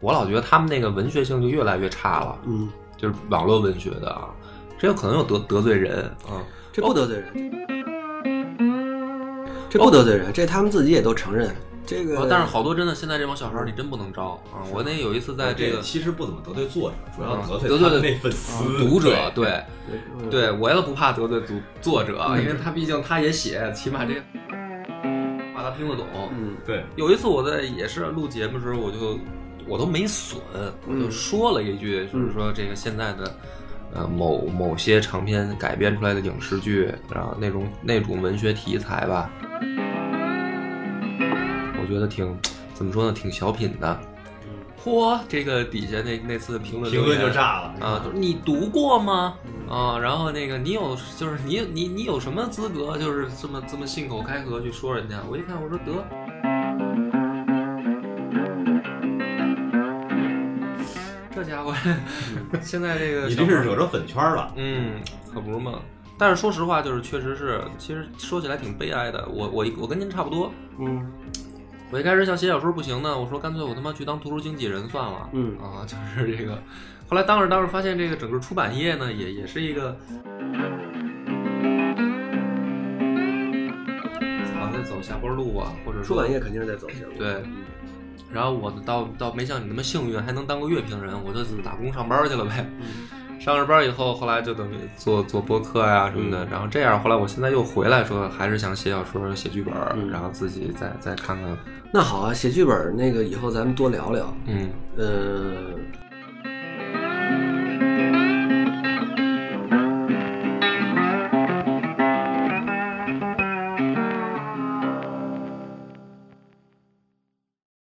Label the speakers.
Speaker 1: 我老觉得他们那个文学性就越来越差了，
Speaker 2: 嗯，
Speaker 1: 就是网络文学的啊，这有可能有得得罪人啊。
Speaker 2: 这不得罪人，这不得罪人，这他们自己也都承认。这个，
Speaker 1: 啊但是好多真的现在这帮小孩儿你真不能招啊！我那有一次在这
Speaker 3: 这
Speaker 1: 个
Speaker 3: 个其实不怎么得罪作者，主要
Speaker 1: 啊
Speaker 3: 得
Speaker 1: 得罪
Speaker 3: 罪他
Speaker 1: 的嗯
Speaker 3: 们那粉丝
Speaker 1: 读者，对
Speaker 2: 嗯
Speaker 1: 对，嗯我也不怕得罪读作者，啊因为他毕竟他也写，起码这个话他听得懂。
Speaker 2: 嗯
Speaker 3: 对，
Speaker 1: 有一次我在也是录节目的时候，我就我都没损，我
Speaker 2: 嗯
Speaker 1: 就说了一句，就是说这个现在的呃某某些长篇改编出来的影视剧，然后那种那种文学题材吧，我觉得挺怎么说呢，挺小品的。嚯，这个底下那那次评论
Speaker 3: 嗯评论
Speaker 1: 留
Speaker 3: 就
Speaker 1: 言
Speaker 3: 炸了。
Speaker 1: 啊，就是你读过吗？啊，然后那个你有就是你你你有什么资格就是这么这么信口开河去说人家？我一看我说得，这家伙 现在这个
Speaker 3: 嗯你
Speaker 1: 小
Speaker 3: 这
Speaker 1: 孩
Speaker 3: 是
Speaker 1: 儿
Speaker 3: 惹着粉圈了，
Speaker 1: 嗯，可不是嘛。但是说实话，就是确实是，其实说起来挺悲哀的。我我我跟您差不多，
Speaker 2: 嗯
Speaker 1: 我一开始想写小说不行呢，我说干脆我他妈去当图书经纪人算了。
Speaker 2: 嗯
Speaker 1: 啊， 就是这个。后来当时当时发现这个整个出版业呢，也也是一个。
Speaker 2: 嗯
Speaker 1: 操，在走下坡路啊，或者
Speaker 2: 出
Speaker 1: 说
Speaker 2: 版业肯定是在走嗯下坡路。
Speaker 1: 对然后我倒倒没像你那么幸运，还能当个乐评人，我就打工上班去了呗。
Speaker 2: 嗯
Speaker 1: 上了班以后，后来就等于做做播客呀、什么的，
Speaker 2: 嗯
Speaker 1: 然后这样，后来我现在又回来说，还是想写小说、写剧本，
Speaker 2: 嗯
Speaker 1: 然后自己再再看看，
Speaker 2: 那好啊，写剧本那个以后咱们多聊聊。
Speaker 1: 嗯
Speaker 2: 呃，